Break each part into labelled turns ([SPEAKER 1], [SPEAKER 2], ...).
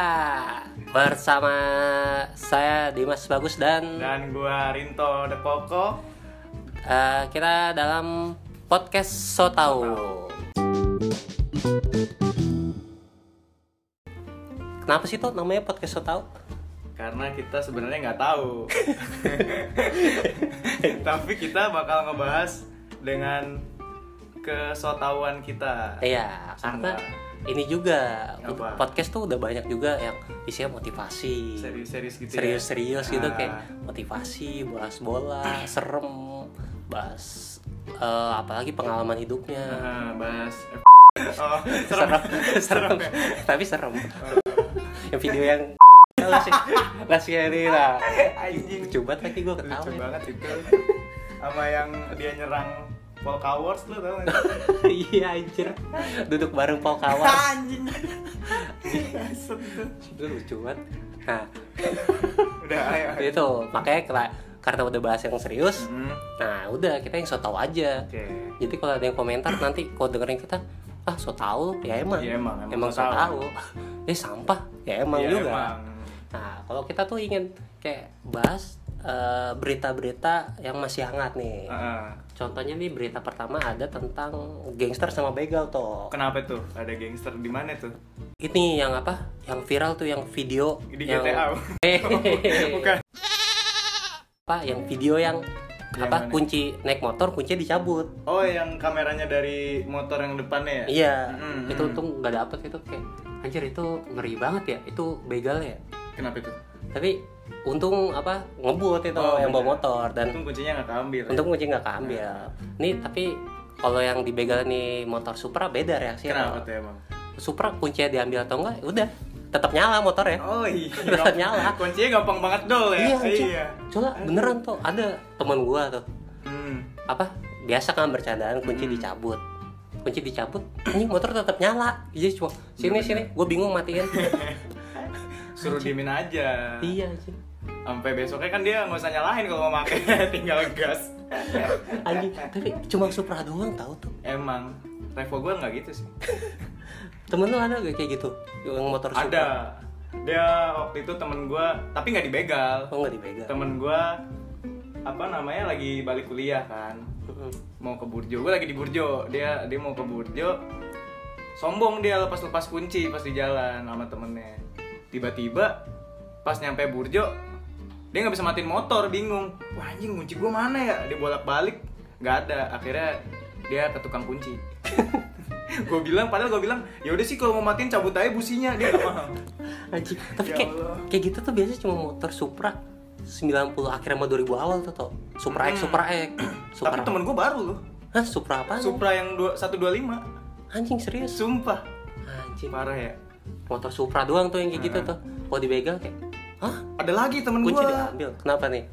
[SPEAKER 1] Ya, bersama saya Dimas Bagus dan
[SPEAKER 2] Dan gua Rinto De Coco.
[SPEAKER 1] eh, kita dalam podcast Sotau. Kenapa sih tuh namanya podcast Sotau?
[SPEAKER 2] Karena kita sebenarnya nggak tahu. Tapi kita bakal ngebahas dengan kesotauan kita.
[SPEAKER 1] Iya, karena
[SPEAKER 2] Sama.
[SPEAKER 1] ini juga
[SPEAKER 2] Apa?
[SPEAKER 1] podcast tuh udah banyak juga yang isinya motivasi.
[SPEAKER 2] Serius-serius gitu ya.
[SPEAKER 1] serius-serius gitu
[SPEAKER 2] Ah.
[SPEAKER 1] kayak motivasi bahas bola serem bahas eh, apalagi pengalaman hidupnya
[SPEAKER 2] Ah, bahas Oh, serem.
[SPEAKER 1] serem serem
[SPEAKER 2] ya?
[SPEAKER 1] tapi serem yang video yang Lasi- lasi ini lah
[SPEAKER 2] Anjing.
[SPEAKER 1] coba lagi gue
[SPEAKER 2] Lucu
[SPEAKER 1] ketawa ya.
[SPEAKER 2] banget ya. itu. Sama yang dia nyerang Polkawars lu tau nggak?
[SPEAKER 1] iya anjir duduk bareng pol kawan
[SPEAKER 2] Anjing. Set tuh.
[SPEAKER 1] itu lucu banget nah
[SPEAKER 2] Udah ayo.
[SPEAKER 1] itu makanya kela- karena udah bahas yang serius
[SPEAKER 2] Hmm,
[SPEAKER 1] nah udah kita yang so tau aja
[SPEAKER 2] Oke.
[SPEAKER 1] Jadi kalau ada yang komentar nanti kalau dengerin kita, ah so tau lu." ya emang,
[SPEAKER 2] Iya, emang, emang
[SPEAKER 1] emang, so
[SPEAKER 2] so
[SPEAKER 1] tau.
[SPEAKER 2] tau.
[SPEAKER 1] Eh sampah, ya emang
[SPEAKER 2] Iya,
[SPEAKER 1] juga.
[SPEAKER 2] emang.
[SPEAKER 1] Nah kalau kita tuh ingin kayak bahas eh, berita-berita yang masih hangat nih.
[SPEAKER 2] Ah,
[SPEAKER 1] Contohnya nih berita pertama ada tentang gangster sama begal toh.
[SPEAKER 2] Kenapa tuh? Ada gangster di mana tuh?
[SPEAKER 1] Ini yang apa? Yang viral tuh yang video
[SPEAKER 2] Di
[SPEAKER 1] yang
[SPEAKER 2] GTA. Bukan.
[SPEAKER 1] apa? Yang video yang
[SPEAKER 2] Yang
[SPEAKER 1] apa
[SPEAKER 2] mana?
[SPEAKER 1] kunci naik motor kuncinya dicabut
[SPEAKER 2] Oh, yang kameranya dari motor yang depannya ya?
[SPEAKER 1] iya
[SPEAKER 2] Mm-mm.
[SPEAKER 1] itu untung nggak dapet itu kayak anjir itu ngeri banget ya itu begal ya
[SPEAKER 2] Kenapa itu?
[SPEAKER 1] tapi untung apa ngebut itu
[SPEAKER 2] Oh,
[SPEAKER 1] yang bawa
[SPEAKER 2] bener.
[SPEAKER 1] motor dan
[SPEAKER 2] Untung kuncinya nggak keambil. ya.
[SPEAKER 1] untung kunci nggak keambil
[SPEAKER 2] Iya.
[SPEAKER 1] nih tapi kalau yang dibegal nih motor Supra beda reaksinya
[SPEAKER 2] Kenapa tuh emang?
[SPEAKER 1] Supra kuncinya diambil atau enggak udah tetap nyala motornya
[SPEAKER 2] Oh iya.
[SPEAKER 1] Tetap nyala.
[SPEAKER 2] Kuncinya gampang banget dol ya.
[SPEAKER 1] iya anjir. Soalnya beneran tuh ada temen gua tuh
[SPEAKER 2] Hmm.
[SPEAKER 1] apa biasa kan bercandaan kunci dicabut kunci dicabut ini motor tetap nyala iya cuma sini
[SPEAKER 2] Iya,
[SPEAKER 1] sini gue bingung matiin
[SPEAKER 2] Suruh diemin aja.
[SPEAKER 1] iya anjing
[SPEAKER 2] Sampai besoknya kan dia nggak usah nyalain kalau mau pakai, tinggal gas.
[SPEAKER 1] anjing tapi cuma supra doang tahu tuh
[SPEAKER 2] Emang Revo gue nggak gitu sih.
[SPEAKER 1] temen lu ada gak kayak gitu yang motor supra
[SPEAKER 2] Ada. Dia waktu itu temen gue, tapi nggak dibegal.
[SPEAKER 1] oh nggak dipegang
[SPEAKER 2] temen gua apa namanya lagi balik kuliah kan
[SPEAKER 1] Mm-mm.
[SPEAKER 2] mau ke Burjo gua lagi di Burjo dia dia mau ke Burjo sombong dia lepas lepas kunci pas di jalan sama temennya tiba-tiba pas nyampe Burjo dia nggak bisa matiin motor bingung wah anjing kunci gua mana ya dia bolak balik nggak ada akhirnya dia ke tukang kunci gue bilang padahal gue bilang ya udah sih kalau mau matiin cabut aja businya dia nggak mau
[SPEAKER 1] anjing tapi
[SPEAKER 2] Ya
[SPEAKER 1] kayak
[SPEAKER 2] Allah.
[SPEAKER 1] kayak gitu tuh biasanya cuma motor supra 90 akhir sama 2000 awal tuh toh supra X
[SPEAKER 2] Mm.
[SPEAKER 1] supra X supra
[SPEAKER 2] tapi temen gue baru loh
[SPEAKER 1] Hah, supra apa
[SPEAKER 2] Supra yang dua- 125
[SPEAKER 1] anjing serius
[SPEAKER 2] Sumpah
[SPEAKER 1] anjing
[SPEAKER 2] Parah ya
[SPEAKER 1] motor supra doang tuh yang kayak
[SPEAKER 2] Hmm.
[SPEAKER 1] gitu tuh kalau dipegang kayak hah
[SPEAKER 2] Ada lagi temen
[SPEAKER 1] kunci
[SPEAKER 2] gua
[SPEAKER 1] diambil kenapa nih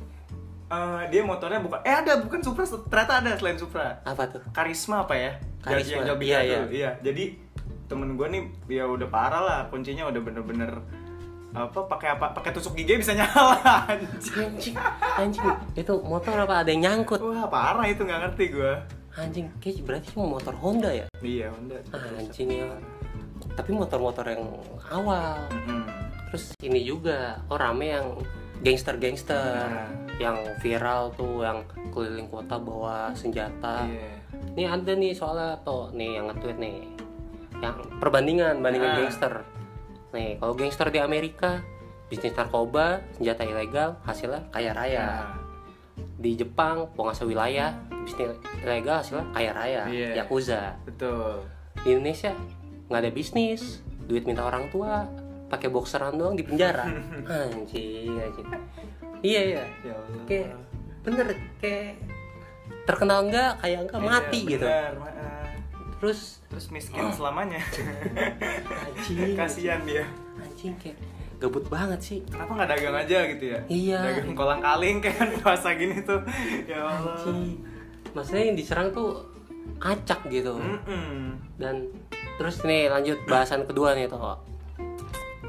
[SPEAKER 2] Eh, Dia motornya bukan Eh ada bukan Supra Ternyata ada selain Supra
[SPEAKER 1] apa tuh
[SPEAKER 2] Karisma apa ya Jadi
[SPEAKER 1] Karisma,
[SPEAKER 2] yang jual
[SPEAKER 1] iya,
[SPEAKER 2] iya,
[SPEAKER 1] iya.
[SPEAKER 2] iya Jadi temen gua nih ya udah parah lah kuncinya udah bener-bener apa pakai apa pakai tusuk gigi bisa nyala anjing.
[SPEAKER 1] anjing anjing itu motor apa ada yang nyangkut
[SPEAKER 2] wah parah itu nggak ngerti gua
[SPEAKER 1] anjing kayak berarti cuma motor Honda ya
[SPEAKER 2] iya Honda
[SPEAKER 1] anjing ya tapi motor-motor yang awal
[SPEAKER 2] Mm-mm.
[SPEAKER 1] terus ini juga oh rame yang gangster-gangster
[SPEAKER 2] Nah.
[SPEAKER 1] yang viral tuh yang keliling kota bawa senjata
[SPEAKER 2] iya
[SPEAKER 1] ini ada nih soalnya tuh nih yang nge-tweet nih yang perbandingan bandingan
[SPEAKER 2] Nah.
[SPEAKER 1] gangster nih kalau gangster di Amerika bisnis narkoba senjata ilegal hasilnya kaya raya
[SPEAKER 2] Iya. Nah,
[SPEAKER 1] di Jepang penguasa wilayah bisnis ilegal hasilnya kaya raya
[SPEAKER 2] Iya.
[SPEAKER 1] yakuza
[SPEAKER 2] betul
[SPEAKER 1] di Indonesia nggak ada bisnis duit minta orang tua pakai boxeran doang di penjara anjing anjing iya iya
[SPEAKER 2] ya Allah
[SPEAKER 1] kayak bener kayak terkenal nggak kayak nggak
[SPEAKER 2] Iya,
[SPEAKER 1] mati gitu Oh.
[SPEAKER 2] benar, maaf.
[SPEAKER 1] terus
[SPEAKER 2] terus miskin selamanya
[SPEAKER 1] anjing
[SPEAKER 2] kasihan dia
[SPEAKER 1] anjing kayak gabut banget sih
[SPEAKER 2] kenapa nggak dagang aja gitu ya
[SPEAKER 1] Iya.
[SPEAKER 2] dagang kolang kaling kayak kan puasa gini tuh ya Allah
[SPEAKER 1] anjing maksudnya yang diserang tuh acak gitu
[SPEAKER 2] Hmm. Mm-mm.
[SPEAKER 1] dan terus nih lanjut bahasan kedua nih toh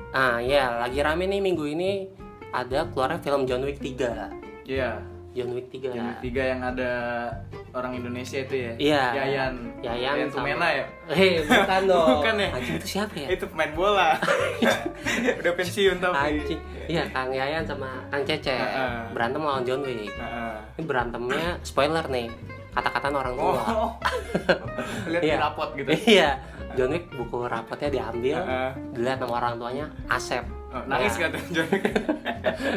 [SPEAKER 1] ah ya lagi rame nih minggu ini ada keluarnya film John Wick 3
[SPEAKER 2] Iya,
[SPEAKER 1] John Wick 3
[SPEAKER 2] yang ketiga yang ada orang Indonesia itu ya
[SPEAKER 1] Nah. Iya.
[SPEAKER 2] Yayan
[SPEAKER 1] Yayan
[SPEAKER 2] Yayan
[SPEAKER 1] sama-
[SPEAKER 2] Tumena ya
[SPEAKER 1] Eh, bukan dong.
[SPEAKER 2] Bukan ya?
[SPEAKER 1] Anjing itu siapa ya?
[SPEAKER 2] itu pemain bola udah pensiun tapi ya.
[SPEAKER 1] Anjing. Iya, Kang Yayan sama Kang Cece.
[SPEAKER 2] Heeh.
[SPEAKER 1] Berantem lawan John Wick.
[SPEAKER 2] Heeh.
[SPEAKER 1] Ini berantemnya spoiler nih. Kata-kataan orang tua.
[SPEAKER 2] oh lihat di
[SPEAKER 1] Iya.
[SPEAKER 2] rapot gitu
[SPEAKER 1] iya. John Wick buku rapotnya diambil,
[SPEAKER 2] Heeh.
[SPEAKER 1] dilihat sama orang tuanya, Asep.
[SPEAKER 2] Oh,
[SPEAKER 1] Nah,
[SPEAKER 2] nangis nggak tuh Johnny?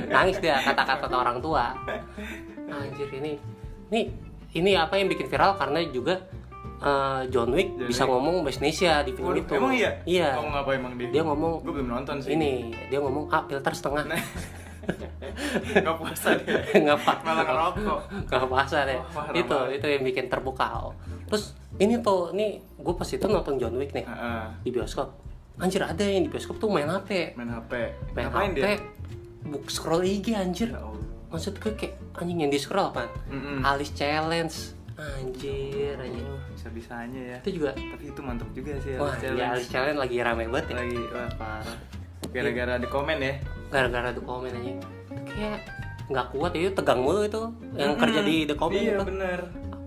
[SPEAKER 1] Nangis dia kata-kata orang tua. Anjir ini. Ini ini apa yang bikin viral karena juga eh, John Wick
[SPEAKER 2] John
[SPEAKER 1] bisa
[SPEAKER 2] Wick.
[SPEAKER 1] ngomong bahasa Indonesia di film
[SPEAKER 2] Waduh,
[SPEAKER 1] itu.
[SPEAKER 2] emang iya
[SPEAKER 1] Iya.
[SPEAKER 2] ngomong apa emang dia
[SPEAKER 1] Dia ngomong
[SPEAKER 2] gue belum nonton sih Nah.
[SPEAKER 1] ini, dia ngomong ah filter setengah.
[SPEAKER 2] nggak puasa dia
[SPEAKER 1] Nggak apa.
[SPEAKER 2] malah ngerokok
[SPEAKER 1] Gak puasa deh.
[SPEAKER 2] Wah, parah
[SPEAKER 1] ya. itu
[SPEAKER 2] banget.
[SPEAKER 1] itu yang bikin terpukau. Terus ini tuh, ini gue pas itu nonton John Wick nih
[SPEAKER 2] Heeh.
[SPEAKER 1] di bioskop. Anjir ada yang di bioskop tuh main HP.
[SPEAKER 2] main HP
[SPEAKER 1] Main
[SPEAKER 2] Ngapain
[SPEAKER 1] HP. Buk scroll IG anjir.
[SPEAKER 2] Ya Allah.
[SPEAKER 1] Maksud gue kayak anjing yang di scroll apa?
[SPEAKER 2] Mm-mm.
[SPEAKER 1] Alice challenge. Anjir, anjir.
[SPEAKER 2] bisa-bisanya ya
[SPEAKER 1] Itu juga
[SPEAKER 2] tapi itu mantep juga sih
[SPEAKER 1] Wah,
[SPEAKER 2] Alice
[SPEAKER 1] ya, Alice Challenge lagi rame banget ya.
[SPEAKER 2] lagi wah parah gara-gara di komen ya
[SPEAKER 1] Gara-gara The Comment aja. Kayak nggak kuat ya, itu tegang mulu itu yang kerja di The Comment
[SPEAKER 2] iya
[SPEAKER 1] itu.
[SPEAKER 2] bener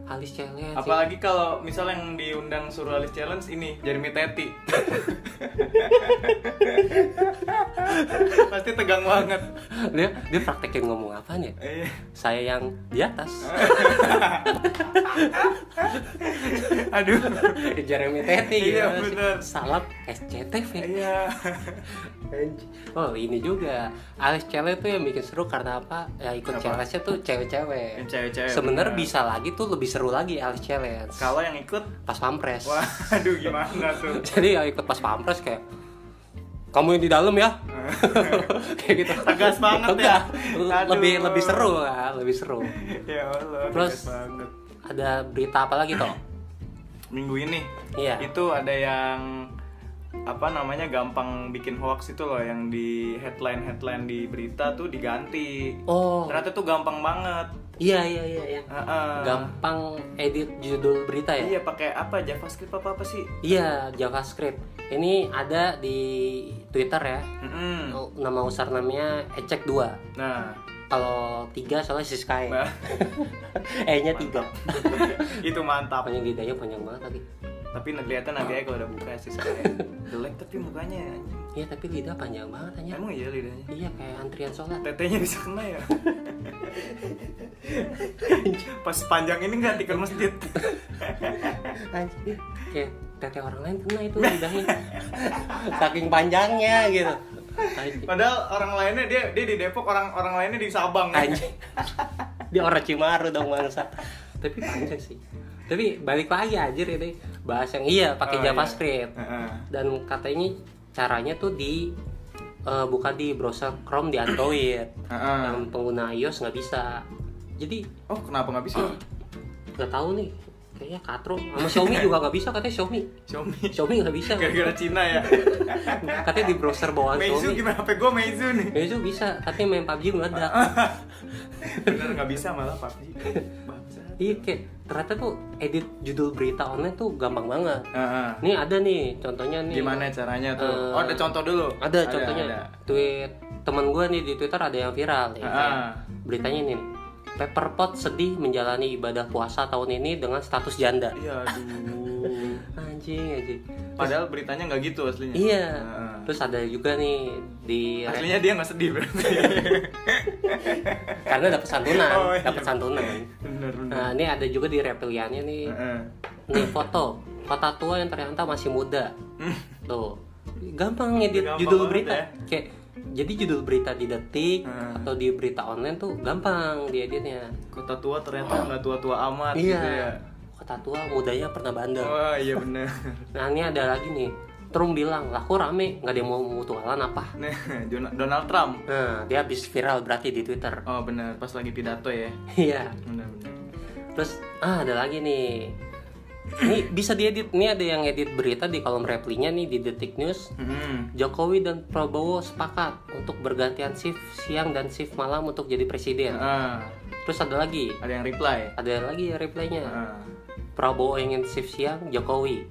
[SPEAKER 1] Alice Challenge. ya.
[SPEAKER 2] apalagi kalau misalnya yang diundang suruh Alice Challenge ini Jeremy Teti pasti tegang banget
[SPEAKER 1] dia dia praktekin ngomong apaan ya?
[SPEAKER 2] Iya.
[SPEAKER 1] Saya yang di atas.
[SPEAKER 2] aduh
[SPEAKER 1] Jeremy Teti gitu
[SPEAKER 2] Iya,
[SPEAKER 1] sih.
[SPEAKER 2] bener.
[SPEAKER 1] Salap SCTV
[SPEAKER 2] iya
[SPEAKER 1] Oh ini juga Alice Challenge tuh yang bikin seru karena apa? Ya ikut
[SPEAKER 2] Apa?
[SPEAKER 1] challenge-nya tuh
[SPEAKER 2] Yang
[SPEAKER 1] cewek-cewek
[SPEAKER 2] cewek-cewek
[SPEAKER 1] Sebenernya
[SPEAKER 2] bener.
[SPEAKER 1] bisa lagi tuh lebih seru lagi Alice Challenge
[SPEAKER 2] kalau yang ikut
[SPEAKER 1] Pas pampres
[SPEAKER 2] wah aduh gimana tuh
[SPEAKER 1] Jadi ya ikut pas pampres kayak Kamu yang di dalam ya Kayak gitu
[SPEAKER 2] Tegas banget ya.
[SPEAKER 1] Tegas. Lebih,
[SPEAKER 2] Aduh.
[SPEAKER 1] lebih seru lah Lebih seru
[SPEAKER 2] ya Allah
[SPEAKER 1] Terus-
[SPEAKER 2] tegas banget
[SPEAKER 1] Ada berita apa lagi toh?
[SPEAKER 2] minggu ini
[SPEAKER 1] Iya.
[SPEAKER 2] itu ada yang apa namanya gampang bikin hoax itu loh yang di headline headline di berita tuh diganti
[SPEAKER 1] Oh
[SPEAKER 2] ternyata tuh gampang banget
[SPEAKER 1] iya iya iya, iya.
[SPEAKER 2] Heeh.
[SPEAKER 1] Gampang edit judul berita ya?
[SPEAKER 2] iya pakai apa javascript apa apa sih
[SPEAKER 1] Iya, JavaScript. Ini ada di Twitter ya.
[SPEAKER 2] Mm-mm.
[SPEAKER 1] Nama username-nya ecek 2.
[SPEAKER 2] nah
[SPEAKER 1] Kalau 3 soalnya si Sky.
[SPEAKER 2] Bah.
[SPEAKER 1] E-nya 3.
[SPEAKER 2] itu mantap
[SPEAKER 1] Panjang lidahnya panjang banget tapi.
[SPEAKER 2] tapi kelihatan nanti aja kalau udah buka sih sebenarnya. jelek tapi mukanya anjing.
[SPEAKER 1] Iya, tapi lidah panjang banget hanya.
[SPEAKER 2] emang iya lidahnya
[SPEAKER 1] Iya, kayak antrian sholat.
[SPEAKER 2] tetenya bisa kena ya pas panjang ini nggak tikar masjid
[SPEAKER 1] Anjir. Kayak teteh orang lain kena itu lidahnya. Saking panjangnya gitu. Anjing.
[SPEAKER 2] Padahal orang lainnya dia dia di Depok, orang orang lainnya di Sabang.
[SPEAKER 1] Anjing. Dia orang Cimaru dong bangsa. Tapi panjang sih. Tapi balik lagi anjir ini bahas yang iya pakai
[SPEAKER 2] Oh, iya.
[SPEAKER 1] JavaScript.
[SPEAKER 2] Heeh.
[SPEAKER 1] dan katanya caranya tuh di eh, bukan di browser Chrome di Android
[SPEAKER 2] Heeh.
[SPEAKER 1] yang pengguna iOS nggak bisa jadi
[SPEAKER 2] Oh, kenapa nggak bisa?
[SPEAKER 1] nggak tahu nih kayaknya Katro sama Xiaomi juga nggak bisa katanya Xiaomi
[SPEAKER 2] Xiaomi.
[SPEAKER 1] Xiaomi nggak bisa
[SPEAKER 2] Gara-gara Cina ya.
[SPEAKER 1] katanya di browser bawaan
[SPEAKER 2] Meizu
[SPEAKER 1] Xiaomi
[SPEAKER 2] gimana? HP gue Meizu nih.
[SPEAKER 1] Meizu bisa tapi main PUBG meledak
[SPEAKER 2] Ah. Bener nggak bisa malah PUBG. Bangsa.
[SPEAKER 1] iya kayak ternyata tuh edit judul berita online tuh gampang banget
[SPEAKER 2] Heeh.
[SPEAKER 1] ini ada nih contohnya nih
[SPEAKER 2] Gimana caranya tuh?
[SPEAKER 1] Eh,
[SPEAKER 2] oh, ada contoh dulu.
[SPEAKER 1] ada contohnya
[SPEAKER 2] ada.
[SPEAKER 1] tweet teman gue nih di Twitter ada yang viral ya,
[SPEAKER 2] Heeh.
[SPEAKER 1] kayak beritanya ini nih. Pepperpot sedih menjalani ibadah puasa tahun ini dengan status janda.
[SPEAKER 2] Iya, aduh.
[SPEAKER 1] Anjing, anjing.
[SPEAKER 2] Padahal beritanya nggak gitu aslinya.
[SPEAKER 1] Iya.
[SPEAKER 2] Heeh.
[SPEAKER 1] Terus ada juga nih di
[SPEAKER 2] Aslinya dia nggak sedih berarti.
[SPEAKER 1] karena dapat santunan,
[SPEAKER 2] Oh, iya. Hmm.
[SPEAKER 1] dapat santunan.
[SPEAKER 2] bener bener.
[SPEAKER 1] Nah, ini ada juga di reptiliannya nih.
[SPEAKER 2] Heeh.
[SPEAKER 1] Nih foto, kota tua yang ternyata masih muda. Tuh. Gampang ngedit
[SPEAKER 2] Gampang
[SPEAKER 1] judul
[SPEAKER 2] banget
[SPEAKER 1] berita.
[SPEAKER 2] ya.
[SPEAKER 1] Kayak jadi judul berita di Detik
[SPEAKER 2] Hmm.
[SPEAKER 1] atau di berita online tuh gampang dieditnya.
[SPEAKER 2] Kota tua ternyata nggak tua-tua amat
[SPEAKER 1] Iya.
[SPEAKER 2] gitu ya.
[SPEAKER 1] Kota tua mudanya pernah bandel.
[SPEAKER 2] Wah, iya bener.
[SPEAKER 1] Nah ini ada lagi nih Trump bilang, lah kok rame, nggak ada yang mau mutualan apa
[SPEAKER 2] Nih, Jon- Donald Trump.
[SPEAKER 1] Nah, dia habis viral berarti di Twitter
[SPEAKER 2] Oh benar, pas lagi pidato ya.
[SPEAKER 1] Iya,
[SPEAKER 2] Benar benar.
[SPEAKER 1] terus ah ada lagi nih Ini bisa diedit, ini ada yang edit berita di kolom replinya nih di Detik News
[SPEAKER 2] Hmm.
[SPEAKER 1] Jokowi dan Prabowo sepakat untuk bergantian shift siang dan shift malam untuk jadi presiden
[SPEAKER 2] Ah,
[SPEAKER 1] Terus ada lagi,
[SPEAKER 2] ada yang reply.
[SPEAKER 1] ada lagi ya replaynya
[SPEAKER 2] Ah.
[SPEAKER 1] Prabowo ingin shift siang, Jokowi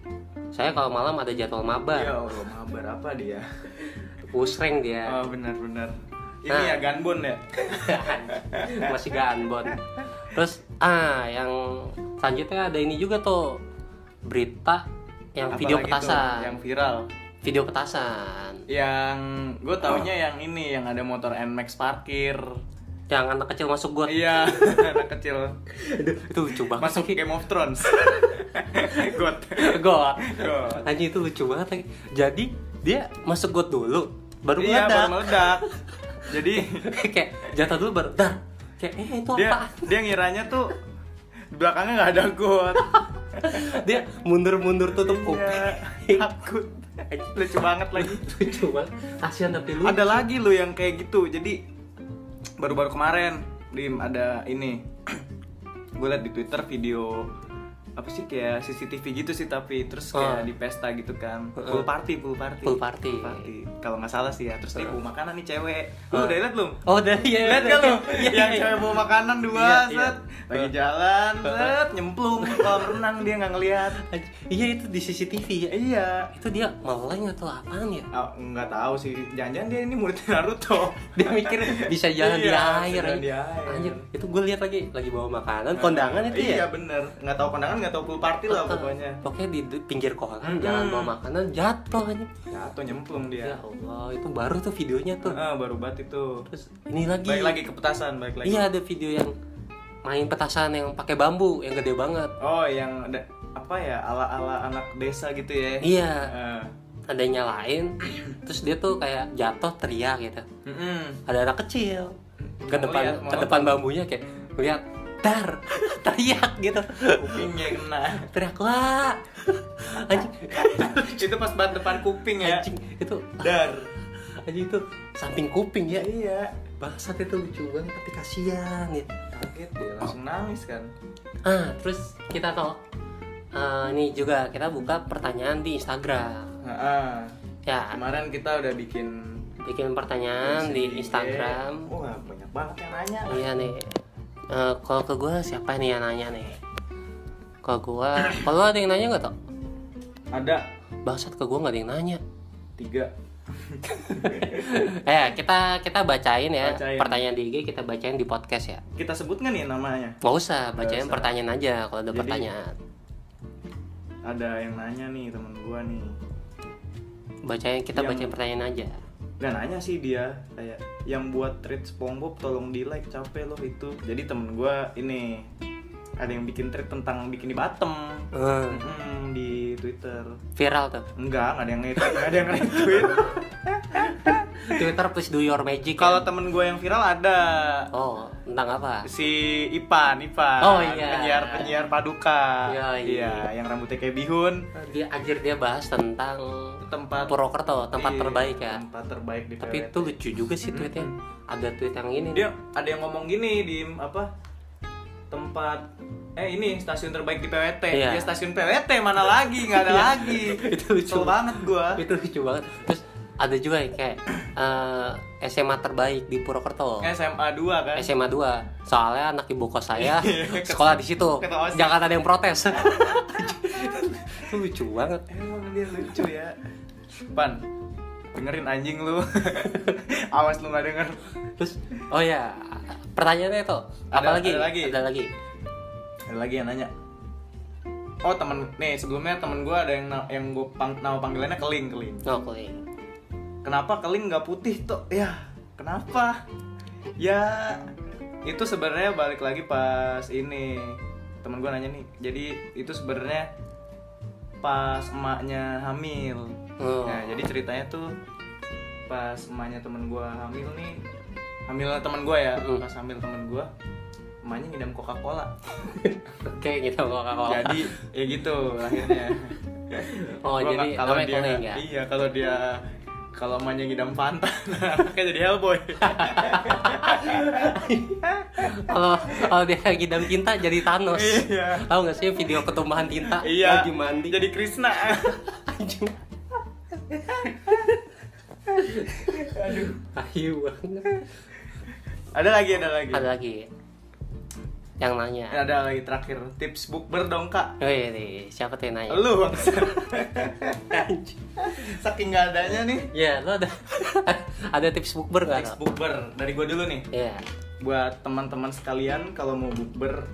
[SPEAKER 1] Saya kalau malam ada jadwal mabar,
[SPEAKER 2] Ya Allah, mabar apa dia?
[SPEAKER 1] usreng dia
[SPEAKER 2] Oh benar benar. Ini
[SPEAKER 1] Ya. Nah.
[SPEAKER 2] ya Ganbon ya.
[SPEAKER 1] masih ganbon terus ah yang selanjutnya ada ini juga tuh berita yang
[SPEAKER 2] Apa
[SPEAKER 1] video
[SPEAKER 2] lagi tuh?
[SPEAKER 1] petasan
[SPEAKER 2] yang viral
[SPEAKER 1] video petasan
[SPEAKER 2] yang gue
[SPEAKER 1] Oh.
[SPEAKER 2] taunya yang ini yang ada motor Nmax parkir
[SPEAKER 1] yang anak kecil masuk got
[SPEAKER 2] iya anak
[SPEAKER 1] Oh.
[SPEAKER 2] kecil
[SPEAKER 1] itu lucu banget
[SPEAKER 2] masuk Game of Thrones god
[SPEAKER 1] got
[SPEAKER 2] God.
[SPEAKER 1] anjing itu lucu banget lagi. jadi dia masuk got dulu baru
[SPEAKER 2] iya baru
[SPEAKER 1] meledak
[SPEAKER 2] meledak jadi
[SPEAKER 1] kayak jatuh dulu baru dar kayak eh itu
[SPEAKER 2] dia
[SPEAKER 1] apa
[SPEAKER 2] dia ngiranya tuh di belakangnya nggak ada god
[SPEAKER 1] dia mundur-mundur tutup kuping
[SPEAKER 2] Iya, takut lucu banget lagi
[SPEAKER 1] lucu banget kasihan tapi lu
[SPEAKER 2] ada lagi lu yang kayak gitu jadi baru-baru kemarin dim ada ini gue liat di twitter video apa sih kayak CCTV gitu sih tapi terus
[SPEAKER 1] Ah.
[SPEAKER 2] kayak di pesta gitu kan pool party pool party
[SPEAKER 1] Uh-uh. Pool party.
[SPEAKER 2] kalau nggak salah sih ya terus dia bawa makanan nih cewek lu udah liat belum
[SPEAKER 1] oh udah ya
[SPEAKER 2] Lihat gak lu?
[SPEAKER 1] Iya,
[SPEAKER 2] yang
[SPEAKER 1] iya.
[SPEAKER 2] cewek bawa makanan dua,
[SPEAKER 1] Iya, Uh-uh. iya.
[SPEAKER 2] set. Lagi jalan, set, nyemplung ke kolam renang dia nggak ngelihat.
[SPEAKER 1] Anjing, iya itu di CCTV ya
[SPEAKER 2] Iya.
[SPEAKER 1] itu dia meleng atau apaan ya
[SPEAKER 2] Ah, nggak tahu sih. Jangan-jangan dia ini murid Naruto.
[SPEAKER 1] dia mikir bisa jalan
[SPEAKER 2] Iya,
[SPEAKER 1] di air
[SPEAKER 2] jalan
[SPEAKER 1] anjing.
[SPEAKER 2] di air.
[SPEAKER 1] Anjir, itu gue lihat lagi lagi bawa makanan kondangan itu
[SPEAKER 2] iya,
[SPEAKER 1] ya
[SPEAKER 2] bener. Nggak tahu kondangan, nggak tahu pool party lah iya, pokoknya.
[SPEAKER 1] pokoknya di di pinggir kolam
[SPEAKER 2] Hmm.
[SPEAKER 1] jalan bawa makanan jatuh anjing
[SPEAKER 2] Jatuh nyemplung
[SPEAKER 1] ya
[SPEAKER 2] dia.
[SPEAKER 1] Allah itu baru tuh videonya tuh
[SPEAKER 2] Ah, baru bat itu.
[SPEAKER 1] terus ini lagi
[SPEAKER 2] Baik lagi ke petasan, baik lagi.
[SPEAKER 1] iya ada video yang main petasan yang pakai bambu yang gede banget
[SPEAKER 2] Oh, yang ada apa ya ala-ala anak desa gitu ya?
[SPEAKER 1] iya
[SPEAKER 2] Ah.
[SPEAKER 1] ada yang nyalain terus dia tuh kayak jatuh teriak gitu
[SPEAKER 2] Mm-mm.
[SPEAKER 1] ada anak kecil ke depan
[SPEAKER 2] Lihat,
[SPEAKER 1] ke
[SPEAKER 2] mau
[SPEAKER 1] depan bambunya kayak lihat dar teriak gitu
[SPEAKER 2] Kupingnya kena.
[SPEAKER 1] teriak lah anjing
[SPEAKER 2] itu pas bat depan kuping ya.
[SPEAKER 1] anjing itu
[SPEAKER 2] Dar.
[SPEAKER 1] anjing itu samping kuping ya
[SPEAKER 2] Iya.
[SPEAKER 1] bangsat itu lucu banget tapi kasihan ya
[SPEAKER 2] kaget dia langsung nangis kan
[SPEAKER 1] ah terus kita tau eh, ini juga kita buka pertanyaan di Instagram ya
[SPEAKER 2] kemarin kita udah bikin
[SPEAKER 1] bikin pertanyaan
[SPEAKER 2] IG.
[SPEAKER 1] di Instagram
[SPEAKER 2] wah banyak banget yang nanya
[SPEAKER 1] Iya nih. Eh, kalau ke gua siapa nih yang nanya nih? Kalau gua, kalau ada yang nanya nggak tau?
[SPEAKER 2] ada
[SPEAKER 1] Bangsat ke gua nggak ada yang nanya.
[SPEAKER 2] tiga
[SPEAKER 1] Eh kita kita bacain ya
[SPEAKER 2] Bacain.
[SPEAKER 1] pertanyaan di IG kita bacain di podcast ya.
[SPEAKER 2] kita sebut nggak nih namanya
[SPEAKER 1] Gak usah bacain
[SPEAKER 2] usah.
[SPEAKER 1] pertanyaan aja kalau ada
[SPEAKER 2] Jadi-
[SPEAKER 1] pertanyaan.
[SPEAKER 2] ada yang nanya nih temen gua nih
[SPEAKER 1] Bacain kita
[SPEAKER 2] Yang-
[SPEAKER 1] bacain pertanyaan aja.
[SPEAKER 2] Gak nanya sih dia kayak yang buat thread SpongeBob tolong di like capek loh itu jadi temen gua ini ada yang bikin thread tentang bikin di Batem
[SPEAKER 1] Eh,
[SPEAKER 2] Mm, di Twitter
[SPEAKER 1] viral tuh.
[SPEAKER 2] enggak nggak ada yang nge-tweet nggak ada yang nge-tweet
[SPEAKER 1] Twitter please do your magic.
[SPEAKER 2] kalau
[SPEAKER 1] ya.
[SPEAKER 2] temen gua yang viral ada
[SPEAKER 1] Oh tentang apa?
[SPEAKER 2] si Ipan, Ipan,
[SPEAKER 1] Oh, iya.
[SPEAKER 2] penyiar penyiar Paduka,
[SPEAKER 1] Iya, iya.
[SPEAKER 2] yang rambutnya kayak bihun,
[SPEAKER 1] Dia anjir dia bahas tentang
[SPEAKER 2] tempat
[SPEAKER 1] Purwokerto tempat
[SPEAKER 2] di-
[SPEAKER 1] terbaik ya.
[SPEAKER 2] Iya, tempat terbaik di
[SPEAKER 1] Tapi
[SPEAKER 2] PWT.
[SPEAKER 1] itu lucu juga sih tweetnya. Ada tweet yang ini.
[SPEAKER 2] Iya. Hmm. dia ada yang ngomong gini di apa tempat eh ini stasiun terbaik di PWT,
[SPEAKER 1] Iya.
[SPEAKER 2] ya stasiun PWT mana lagi nggak ada lagi,
[SPEAKER 1] Itu lucu.
[SPEAKER 2] Kesel banget gua,
[SPEAKER 1] itu lucu banget terus ada juga yang kayak eh, SMA terbaik di Purwokerto
[SPEAKER 2] SMA 2 kan,
[SPEAKER 1] SMA 2 soalnya anak ibu kos saya sekolah di situ
[SPEAKER 2] Iya, Kata OSIS.
[SPEAKER 1] jangan ada yang protes itu lucu banget
[SPEAKER 2] emang Eh, dia lucu ya, Pan dengerin anjing lu, awas lu nggak denger,
[SPEAKER 1] terus oh ya pertanyaannya itu apa
[SPEAKER 2] Ada-
[SPEAKER 1] lagi
[SPEAKER 2] ada lagi.
[SPEAKER 1] ada lagi
[SPEAKER 2] ada lagi yang nanya oh temen nih sebelumnya temen gue ada yang na- yang gue pang, nama panggilannya keling keling
[SPEAKER 1] oke
[SPEAKER 2] kenapa keling nggak putih tuh ya kenapa ya itu sebenarnya balik lagi pas ini temen gue nanya nih jadi itu sebenarnya pas emaknya hamil
[SPEAKER 1] Oh.
[SPEAKER 2] nah jadi ceritanya tuh pas emaknya temen gue hamil nih hamil temen gue ya
[SPEAKER 1] Mm.
[SPEAKER 2] pas hamil temen gue emaknya ngidam coca cola
[SPEAKER 1] oke gitu, kita mau ngomong
[SPEAKER 2] jadi ya gitu akhirnya
[SPEAKER 1] Oh,
[SPEAKER 2] Gua
[SPEAKER 1] jadi
[SPEAKER 2] nggak- kalau
[SPEAKER 1] namanya
[SPEAKER 2] dia
[SPEAKER 1] Koneng ya?
[SPEAKER 2] iya kalau dia kalau emaknya ngidam Fanta kayak jadi Hellboy
[SPEAKER 1] kalau kalau dia ngidam tinta jadi Thanos
[SPEAKER 2] Iya.
[SPEAKER 1] tahu nggak sih video ketumpahan tinta
[SPEAKER 2] iya
[SPEAKER 1] lagi mandi
[SPEAKER 2] jadi Krishna
[SPEAKER 1] anjing ayu banget
[SPEAKER 2] ada lagi ada lagi
[SPEAKER 1] ada lagi yang nanya
[SPEAKER 2] ada lagi terakhir tips bukber dong kak
[SPEAKER 1] oh iya nih, siapa tuh yang nanya
[SPEAKER 2] lu bang saking nggak adanya nih
[SPEAKER 1] ya lo ada ada tips bukber nggak
[SPEAKER 2] tips
[SPEAKER 1] lo?
[SPEAKER 2] bukber dari gue dulu nih
[SPEAKER 1] ya
[SPEAKER 2] buat teman-teman sekalian kalau mau bukber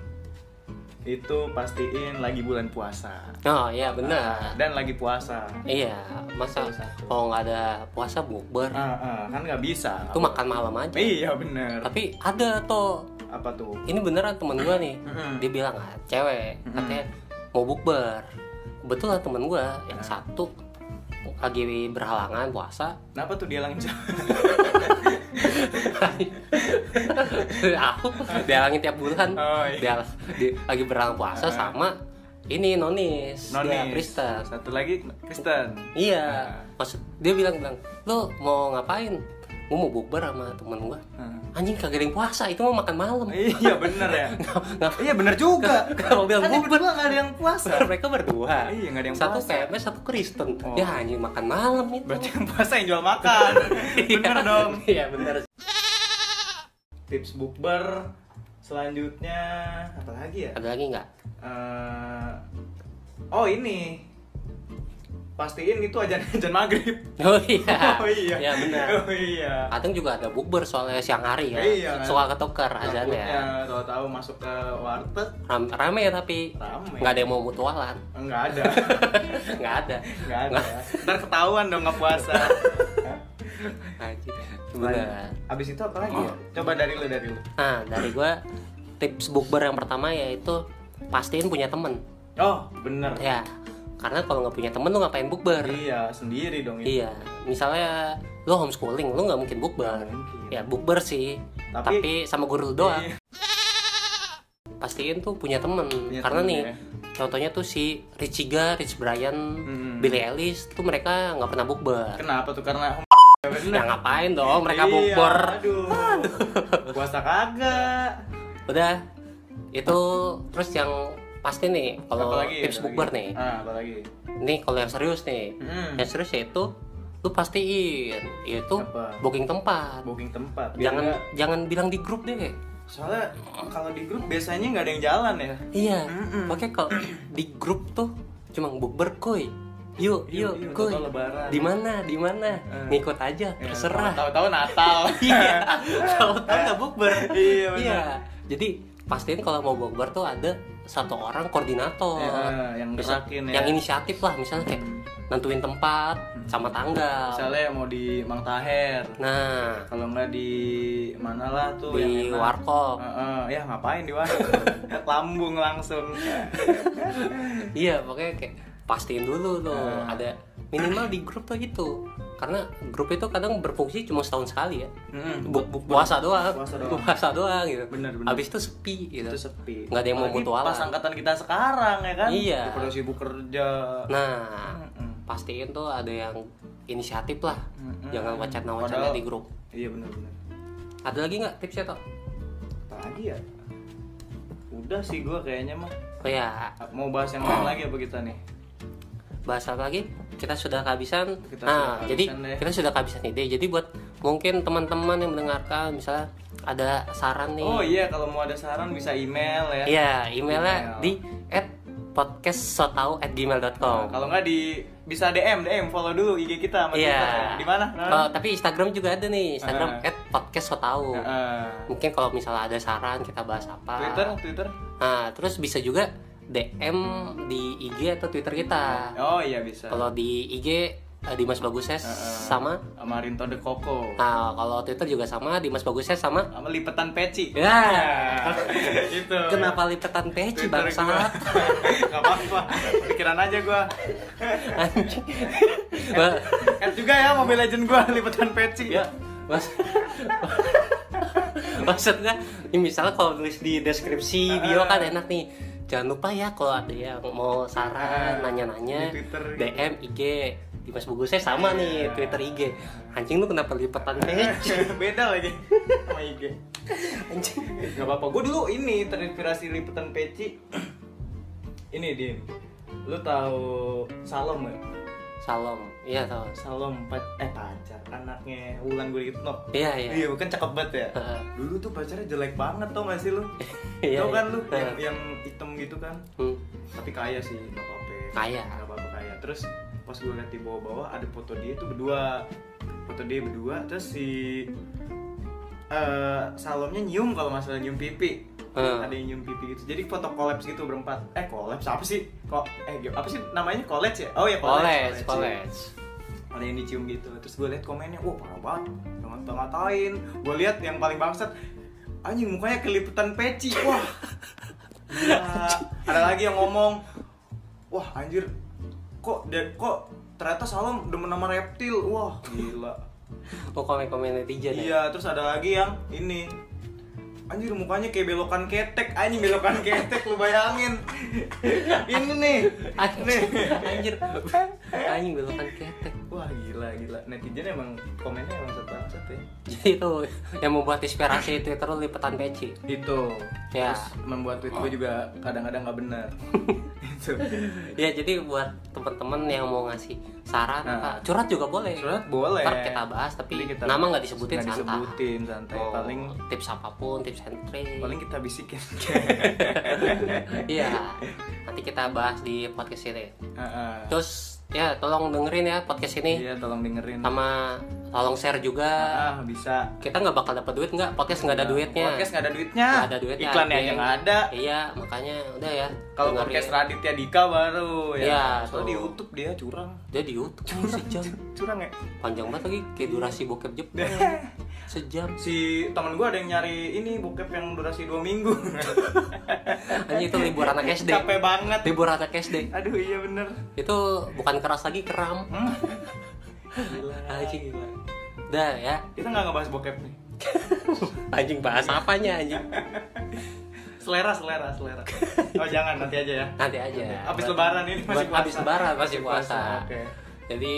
[SPEAKER 2] itu pastiin lagi bulan puasa.
[SPEAKER 1] Oh iya
[SPEAKER 2] Ah,
[SPEAKER 1] benar.
[SPEAKER 2] Dan lagi puasa.
[SPEAKER 1] Iya, masa kalau nggak ada puasa bukber,
[SPEAKER 2] Ah, ah, kan nggak bisa.
[SPEAKER 1] itu makan malam aja.
[SPEAKER 2] Iya bener.
[SPEAKER 1] Tapi ada tuh,
[SPEAKER 2] Apa tuh?
[SPEAKER 1] ini beneran temen gua nih.
[SPEAKER 2] Mm-hmm.
[SPEAKER 1] Dia bilang, ah, cewek, katanya mau bukber. Betul lah temen gua
[SPEAKER 2] Iya.
[SPEAKER 1] yang satu lagi berhalangan puasa.
[SPEAKER 2] Kenapa tuh dia
[SPEAKER 1] Iya,
[SPEAKER 2] langit
[SPEAKER 1] Aku dihalangin tiap bulan.
[SPEAKER 2] Oh, iya. Ah.
[SPEAKER 1] Dia di- lagi berhalangan puasa sama ini nonis, dia
[SPEAKER 2] Nonis. Ah.
[SPEAKER 1] Kristen.
[SPEAKER 2] Satu lagi Kristen.
[SPEAKER 1] Iya, maksud dia bilang bilang, lo mau ngapain? Gue mau bukber sama temen gue.
[SPEAKER 2] Ah.
[SPEAKER 1] Anjing kagak ada yang puasa, itu mau makan malam.
[SPEAKER 2] Iya bener ya.
[SPEAKER 1] Nah,
[SPEAKER 2] Iya bener juga.
[SPEAKER 1] Kalau bilang
[SPEAKER 2] Kan ini
[SPEAKER 1] bukber.
[SPEAKER 2] berdua nggak ada yang puasa.
[SPEAKER 1] mereka berdua.
[SPEAKER 2] Iya, nggak ada yang
[SPEAKER 1] satu
[SPEAKER 2] puasa.
[SPEAKER 1] PMS, satu Kristen.
[SPEAKER 2] Oh.
[SPEAKER 1] Ya anjing makan malam itu.
[SPEAKER 2] Berarti yang puasa yang jual makan. bener dong.
[SPEAKER 1] Iya bener.
[SPEAKER 2] Tips bukber selanjutnya apa lagi ya?
[SPEAKER 1] Ada lagi nggak?
[SPEAKER 2] Eh, oh ini pastiin itu aja ajan maghrib.
[SPEAKER 1] Oh iya.
[SPEAKER 2] Oh iya.
[SPEAKER 1] Iya bener.
[SPEAKER 2] Oh iya.
[SPEAKER 1] Kadang juga ada bukber soalnya siang hari ya.
[SPEAKER 2] Iya, kan.
[SPEAKER 1] Suka ketukar
[SPEAKER 2] Takutnya
[SPEAKER 1] azannya.
[SPEAKER 2] tahu-tahu masuk ke warteg
[SPEAKER 1] Ram rame ya tapi
[SPEAKER 2] Rame.
[SPEAKER 1] nggak ada yang mau mutualan.
[SPEAKER 2] enggak ada.
[SPEAKER 1] Nggak ada.
[SPEAKER 2] Enggak ada. ya. Ntar ketahuan dong nggak puasa.
[SPEAKER 1] Anjing. Nah, gitu. Bener.
[SPEAKER 2] Abis itu apa lagi
[SPEAKER 1] Iya.
[SPEAKER 2] ya? Coba dari lu dari lu.
[SPEAKER 1] Nah, dari gua tips bukber yang pertama yaitu pastiin punya temen.
[SPEAKER 2] Oh, bener.
[SPEAKER 1] Ya, karena kalau nggak punya temen lu ngapain bukber?
[SPEAKER 2] Iya, sendiri dong itu.
[SPEAKER 1] Iya, misalnya lu homeschooling, lu nggak mungkin bukber.
[SPEAKER 2] mungkin.
[SPEAKER 1] Ya bukber sih, tapi,
[SPEAKER 2] Tapi- Iya.
[SPEAKER 1] sama guru lu doang. Pastiin tuh punya temen.
[SPEAKER 2] Punya
[SPEAKER 1] karena
[SPEAKER 2] temen
[SPEAKER 1] nih,
[SPEAKER 2] ya.
[SPEAKER 1] contohnya tuh si Richiga, Rich Brian,
[SPEAKER 2] Mm-mm.
[SPEAKER 1] Billy Ellis tuh mereka nggak pernah bukber.
[SPEAKER 2] Kenapa tuh? Karena
[SPEAKER 1] Ya ngapain dong mereka
[SPEAKER 2] Iya,
[SPEAKER 1] bukber?
[SPEAKER 2] Aduh. Puasa kagak.
[SPEAKER 1] Udah, itu terus yang pasti nih kalau
[SPEAKER 2] Apalagi,
[SPEAKER 1] tips
[SPEAKER 2] apalagi?
[SPEAKER 1] bukber nih.
[SPEAKER 2] Ah, apalagi.
[SPEAKER 1] Ini kalau yang serius nih,
[SPEAKER 2] Hmm.
[SPEAKER 1] yang serius yaitu lu pastiin yaitu
[SPEAKER 2] Apa?
[SPEAKER 1] booking tempat.
[SPEAKER 2] Booking tempat. biar
[SPEAKER 1] jangan
[SPEAKER 2] nggak-
[SPEAKER 1] jangan bilang di grup deh.
[SPEAKER 2] Soalnya kalau di grup biasanya nggak ada yang jalan ya.
[SPEAKER 1] Iya,
[SPEAKER 2] Mm-mm.
[SPEAKER 1] makanya kalau di grup tuh cuma bukber kuy. Yuk,
[SPEAKER 2] Yuk,
[SPEAKER 1] yuk,
[SPEAKER 2] yuk,
[SPEAKER 1] kuy.
[SPEAKER 2] atau lebaran.
[SPEAKER 1] Di mana? Di mana?
[SPEAKER 2] Eh.
[SPEAKER 1] Ngikut aja,
[SPEAKER 2] Ya,
[SPEAKER 1] terserah.
[SPEAKER 2] Tahu-tahu Natal.
[SPEAKER 1] Iya, kalau tahu nggak bukber.
[SPEAKER 2] Iya, benar.
[SPEAKER 1] Iya. Jadi pastiin kalau mau bukber tuh ada satu orang koordinator
[SPEAKER 2] Iya, yang
[SPEAKER 1] Misal-
[SPEAKER 2] gerakin ya. Hmm.
[SPEAKER 1] yang inisiatif lah misalnya kayak nentuin tempat sama tanggal
[SPEAKER 2] Misalnya mau di Mang Taher.
[SPEAKER 1] nah
[SPEAKER 2] Kalau nggak di mana lah tuh
[SPEAKER 1] di
[SPEAKER 2] yang enak.
[SPEAKER 1] warkop
[SPEAKER 2] Heeh, ya ngapain di warung? Lambung langsung. Hmm.
[SPEAKER 1] iya pokoknya kayak pastiin dulu tuh
[SPEAKER 2] Nah.
[SPEAKER 1] ada minimal di grup tuh gitu karena grup itu kadang berfungsi cuma setahun sekali ya
[SPEAKER 2] Mm-mm.
[SPEAKER 1] Bu- bu- puasa doang
[SPEAKER 2] Hmm. Puasa doang.
[SPEAKER 1] Puasa doang gitu
[SPEAKER 2] Bener, bener.
[SPEAKER 1] habis itu sepi gitu
[SPEAKER 2] itu sepi
[SPEAKER 1] Nggak ada yang mau
[SPEAKER 2] Apalagi
[SPEAKER 1] mutualan.
[SPEAKER 2] pas angkatan kita sekarang ya kan
[SPEAKER 1] Iya.
[SPEAKER 2] Daripada sibuk kerja
[SPEAKER 1] nah
[SPEAKER 2] Mm-mm.
[SPEAKER 1] pastiin tuh ada yang inisiatif lah
[SPEAKER 2] Mm-mm.
[SPEAKER 1] jangan wacana wacana
[SPEAKER 2] Hmm. Padahal-
[SPEAKER 1] di grup
[SPEAKER 2] iya benar-benar
[SPEAKER 1] ada lagi nggak tipsnya toh
[SPEAKER 2] tadi ya udah sih gua kayaknya mah
[SPEAKER 1] oh ya
[SPEAKER 2] mau bahas yang lain lagi apa kita nih
[SPEAKER 1] bahas apa lagi kita sudah kehabisan
[SPEAKER 2] Kita
[SPEAKER 1] nah
[SPEAKER 2] sudah
[SPEAKER 1] jadi
[SPEAKER 2] kehabisan deh.
[SPEAKER 1] kita sudah kehabisan ide jadi buat mungkin teman-teman yang mendengarkan misalnya ada saran nih
[SPEAKER 2] oh iya kalau mau ada saran bisa email ya
[SPEAKER 1] Iya, emailnya
[SPEAKER 2] Email.
[SPEAKER 1] di at
[SPEAKER 2] Nah,
[SPEAKER 1] podcastsotau@gmail.com.
[SPEAKER 2] kalau nggak di bisa DM DM follow dulu IG kita sama
[SPEAKER 1] Iya.
[SPEAKER 2] Twitter ya. di mana
[SPEAKER 1] Oh, tapi Instagram juga ada nih, Instagram
[SPEAKER 2] Ah.
[SPEAKER 1] at podcastsotau.
[SPEAKER 2] Heeh.
[SPEAKER 1] Mungkin kalau misalnya ada saran kita bahas apa.
[SPEAKER 2] Twitter Twitter
[SPEAKER 1] Nah, terus bisa juga DM di IG atau Twitter kita.
[SPEAKER 2] oh iya bisa
[SPEAKER 1] Kalau di IG eh, Dimas Bagusnya sama.
[SPEAKER 2] sama Rinto de Coco
[SPEAKER 1] Nah, kalau Twitter juga sama, Dimas Bagusnya sama.
[SPEAKER 2] sama lipetan peci
[SPEAKER 1] Ya.
[SPEAKER 2] itu
[SPEAKER 1] Kenapa lipetan peci
[SPEAKER 2] Twitter gua.
[SPEAKER 1] bangsat?
[SPEAKER 2] Gak apa-apa, pikiran aja gua
[SPEAKER 1] Anjing. Wah.
[SPEAKER 2] Kan juga ya Mobile Legend gua lipetan peci
[SPEAKER 1] ya mas maksudnya ya misalnya kalau nulis di deskripsi
[SPEAKER 2] Ah.
[SPEAKER 1] bio kan enak nih jangan lupa ya kalau ada yang mau saran
[SPEAKER 2] Ah,
[SPEAKER 1] nanya-nanya
[SPEAKER 2] di Twitter.
[SPEAKER 1] DM IG di Mas Bugusnya sama nih
[SPEAKER 2] Iya.
[SPEAKER 1] Twitter IG anjing lu kenapa lipetan page
[SPEAKER 2] Beda lagi sama IG
[SPEAKER 1] anjing
[SPEAKER 2] Gak apa-apa, gua dulu ini terinspirasi lipetan peci Ini Din Lu tahu Salom ya?
[SPEAKER 1] Salom iya tau
[SPEAKER 2] Salom pac- eh pacar anaknya Wulan Guritno
[SPEAKER 1] iya iya
[SPEAKER 2] Iya, bukan cakep banget ya.
[SPEAKER 1] Heeh.
[SPEAKER 2] Dulu tuh pacarnya jelek banget tau gak sih lu?
[SPEAKER 1] Iya,
[SPEAKER 2] tau kan
[SPEAKER 1] iya.
[SPEAKER 2] lu yang,
[SPEAKER 1] Heeh.
[SPEAKER 2] yang hitam gitu kan?
[SPEAKER 1] Hmm.
[SPEAKER 2] tapi kaya sih nggak apa-apa
[SPEAKER 1] Kaya.
[SPEAKER 2] nggak apa-apa kaya terus pas gue liat di bawah-bawah ada foto dia itu berdua foto dia berdua terus si eh, Salomnya nyium kalau nggak salah nyium pipi
[SPEAKER 1] Eh.
[SPEAKER 2] ada yang nyium pipi gitu jadi foto kolaps gitu berempat eh kolaps apa sih kok eh gi- apa sih namanya college ya oh ya
[SPEAKER 1] College,
[SPEAKER 2] college,
[SPEAKER 1] college.
[SPEAKER 2] ada yang dicium gitu terus gue liat komennya wah parah banget jangan ngatain gue liat yang paling bangsat anjing mukanya keliputan peci wah Gila. ada lagi yang ngomong wah anjir kok de- kok ternyata salam demen nama reptil wah gila
[SPEAKER 1] Oh komen-komen netizen ya?
[SPEAKER 2] iya terus ada lagi yang ini anjir mukanya kayak belokan ketek anjing belokan ketek lu bayangin ini nih
[SPEAKER 1] Anjir, anjir, anjing belokan ketek.
[SPEAKER 2] wah gila gila netizen emang komennya emang satu bangsat ya
[SPEAKER 1] Jadi itu yang membuat inspirasi Twitter lu lipetan peci.
[SPEAKER 2] itu
[SPEAKER 1] Ya.
[SPEAKER 2] terus membuat tweet gue juga kadang-kadang nggak Gitu. benar itu
[SPEAKER 1] Ya jadi buat teman-teman yang mau ngasih saran,
[SPEAKER 2] Nah.
[SPEAKER 1] apa, curhat juga boleh.
[SPEAKER 2] surat boleh
[SPEAKER 1] Ntar kita bahas, tapi
[SPEAKER 2] Jadi
[SPEAKER 1] nama nggak disebutin,
[SPEAKER 2] nggak
[SPEAKER 1] santai. Oh.
[SPEAKER 2] disebutin santai
[SPEAKER 1] Mau
[SPEAKER 2] paling
[SPEAKER 1] tips apapun, tips and trick.
[SPEAKER 2] paling kita bisikin
[SPEAKER 1] Iya. Nanti kita bahas di podcast ini.
[SPEAKER 2] Ah, ah.
[SPEAKER 1] Terus ya tolong dengerin ya podcast ini
[SPEAKER 2] iya tolong dengerin
[SPEAKER 1] sama tolong share juga.
[SPEAKER 2] ah bisa
[SPEAKER 1] Kita nggak bakal dapat duit nggak? Podcast nggak ada duitnya.
[SPEAKER 2] Iya. podcast nggak ada duitnya
[SPEAKER 1] Nggak ada duitnya,
[SPEAKER 2] iklannya
[SPEAKER 1] anjing.
[SPEAKER 2] aja nggak ada
[SPEAKER 1] Iya, makanya udah ya.
[SPEAKER 2] kalau
[SPEAKER 1] dengerin.
[SPEAKER 2] podcast Raditya Dika baru ya
[SPEAKER 1] Iya,
[SPEAKER 2] soalnya
[SPEAKER 1] tuh.
[SPEAKER 2] di YouTube dia curang
[SPEAKER 1] Dia di YouTube sejam.
[SPEAKER 2] curang ya
[SPEAKER 1] Panjang banget lagi kayak durasi bokep Jepang. Sejam.
[SPEAKER 2] si teman gue ada yang nyari ini bokep yang durasi dua minggu
[SPEAKER 1] Hanya itu libur anak SD.
[SPEAKER 2] capek banget
[SPEAKER 1] Libur anak SD.
[SPEAKER 2] aduh iya bener
[SPEAKER 1] Itu bukan keras lagi keram.
[SPEAKER 2] Hmm. Gila.
[SPEAKER 1] Anjing gila. Udah ya.
[SPEAKER 2] Kita nggak ngebahas bokep nih.
[SPEAKER 1] Anjing bahas apanya anjing?
[SPEAKER 2] Selera, selera, selera. Oh jangan nanti aja ya.
[SPEAKER 1] Nanti aja.
[SPEAKER 2] Abis lebaran ini masih puasa.
[SPEAKER 1] Abis Iya. lebaran masih puasa.
[SPEAKER 2] Oke.
[SPEAKER 1] Jadi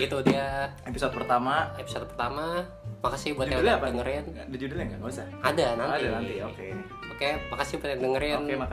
[SPEAKER 1] itu dia
[SPEAKER 2] Episode pertama.
[SPEAKER 1] episode pertama. Makasih buat yang udah
[SPEAKER 2] Judulnya apa?
[SPEAKER 1] dengerin.
[SPEAKER 2] Ada judulnya nggak? Nggak usah.
[SPEAKER 1] Ada nanti.
[SPEAKER 2] Ada nanti. Oke.
[SPEAKER 1] Oke, makasih buat yang dengerin.
[SPEAKER 2] Oke, makasih.